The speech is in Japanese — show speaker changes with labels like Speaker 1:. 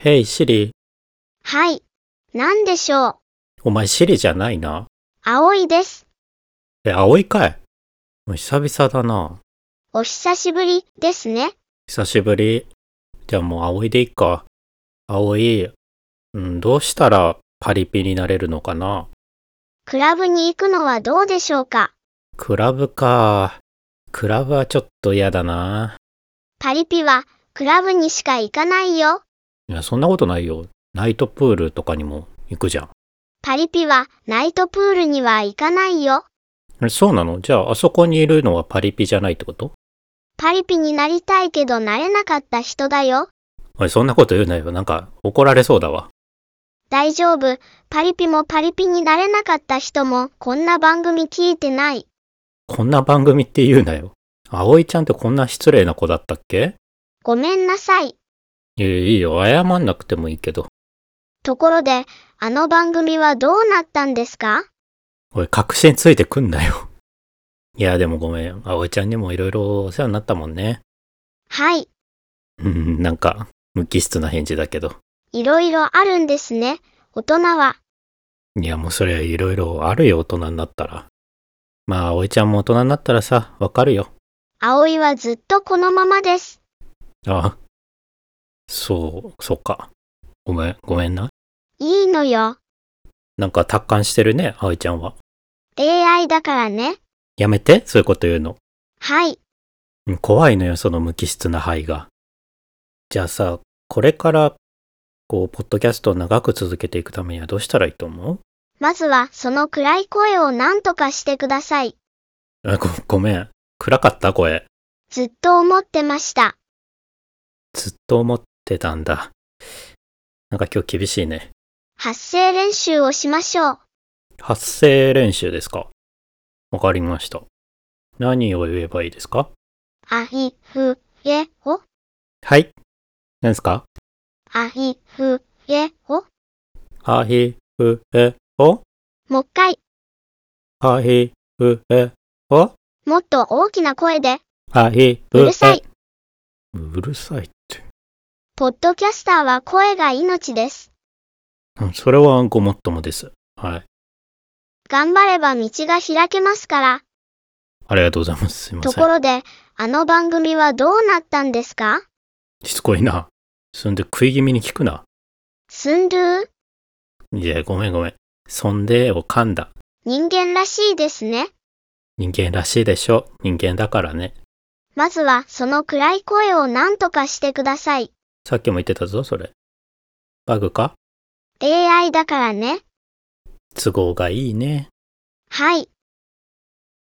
Speaker 1: Hey Siri、
Speaker 2: はい。なんでしょう。
Speaker 1: お前 Siri じゃないな。
Speaker 2: 青いです。
Speaker 1: え、葵かいもう久々だな。
Speaker 2: お久しぶりですね。
Speaker 1: 久しぶり。じゃあもう葵でいっか。葵、うん、どうしたらパリピになれるのかな
Speaker 2: クラブに行くのはどうでしょうか。
Speaker 1: クラブか。クラブはちょっと嫌だな。
Speaker 2: パリピはクラブにしか行かないよ。
Speaker 1: いや、そんなことないよ。ナイトプールとかにも行くじゃん。
Speaker 2: パリピはナイトプールには行かないよ。
Speaker 1: え、そうなのじゃああそこにいるのはパリピじゃないってこと
Speaker 2: パリピになりたいけどなれなかった人だよ。
Speaker 1: おい、そんなこと言うなよ。なんか怒られそうだわ。
Speaker 2: 大丈夫。パリピもパリピになれなかった人もこんな番組聞いてない。
Speaker 1: こんな番組って言うなよ。葵ちゃんってこんな失礼な子だったっけ
Speaker 2: ごめんなさい。
Speaker 1: いやいいよ。謝んなくてもいいけど。
Speaker 2: ところで、あの番組はどうなったんですか
Speaker 1: おい、確信ついてくんなよ。 いや、でもごめん。葵ちゃんにもいろいろお世話になったもんね。
Speaker 2: はい。
Speaker 1: うん、なんか、無機質な返事だけど。
Speaker 2: いろいろあるんですね。大人は。
Speaker 1: いや、もうそりゃいろいろあるよ、大人になったら。まあ、葵ちゃんも大人になったらさ、わかるよ。
Speaker 2: 葵はずっとこのままです。
Speaker 1: ああ。そう、そうか。ごめん、ごめんな。
Speaker 2: いいのよ。
Speaker 1: なんか達観してるね、葵ちゃんは。
Speaker 2: 恋愛だからね。
Speaker 1: やめて、そういうこと言うの。
Speaker 2: はい。
Speaker 1: うん怖いのよ、その無機質な肺が。じゃあさ、これから、こう、ポッドキャストを長く続けていくためにはどうしたらいいと思う
Speaker 2: まずはその暗い声を何とかしてください。
Speaker 1: あご、ごめん。暗かった声。
Speaker 2: ずっと思ってました。
Speaker 1: ずっと思ってたんだ。なんか今日厳しいね。
Speaker 2: 発声練習をしましょう。
Speaker 1: 発声練習ですかわかりました。何を言えばいいですか
Speaker 2: あいふえほ。
Speaker 1: はい。何ですか
Speaker 2: あいふえほ。
Speaker 1: あひうえお
Speaker 2: もう一回、
Speaker 1: あひうえお
Speaker 2: もっと大きな声で。
Speaker 1: あひう
Speaker 2: う
Speaker 1: え
Speaker 2: るさい。。
Speaker 1: うるさいって。
Speaker 2: ポッドキャスターは声が命です。
Speaker 1: うんそれはごもっともです。はい。
Speaker 2: 頑張れば道が開けますから。
Speaker 1: ありがとうございます。すいま
Speaker 2: と
Speaker 1: せ
Speaker 2: こ
Speaker 1: ん。
Speaker 2: ろで、あの番組はどうなったんですか
Speaker 1: しつこいな。そんで食い気味に聞くな。
Speaker 2: スンドゥー
Speaker 1: いや、ごめんごめん。そんでを噛んだ。
Speaker 2: 人間らしいですね。
Speaker 1: 人間らしいでしょ。人間だからね。
Speaker 2: まずはその暗い声を何とかしてください。
Speaker 1: さっきも言ってたぞ、それ。バグか
Speaker 2: AI だからね。
Speaker 1: 都合がいいね。
Speaker 2: はい。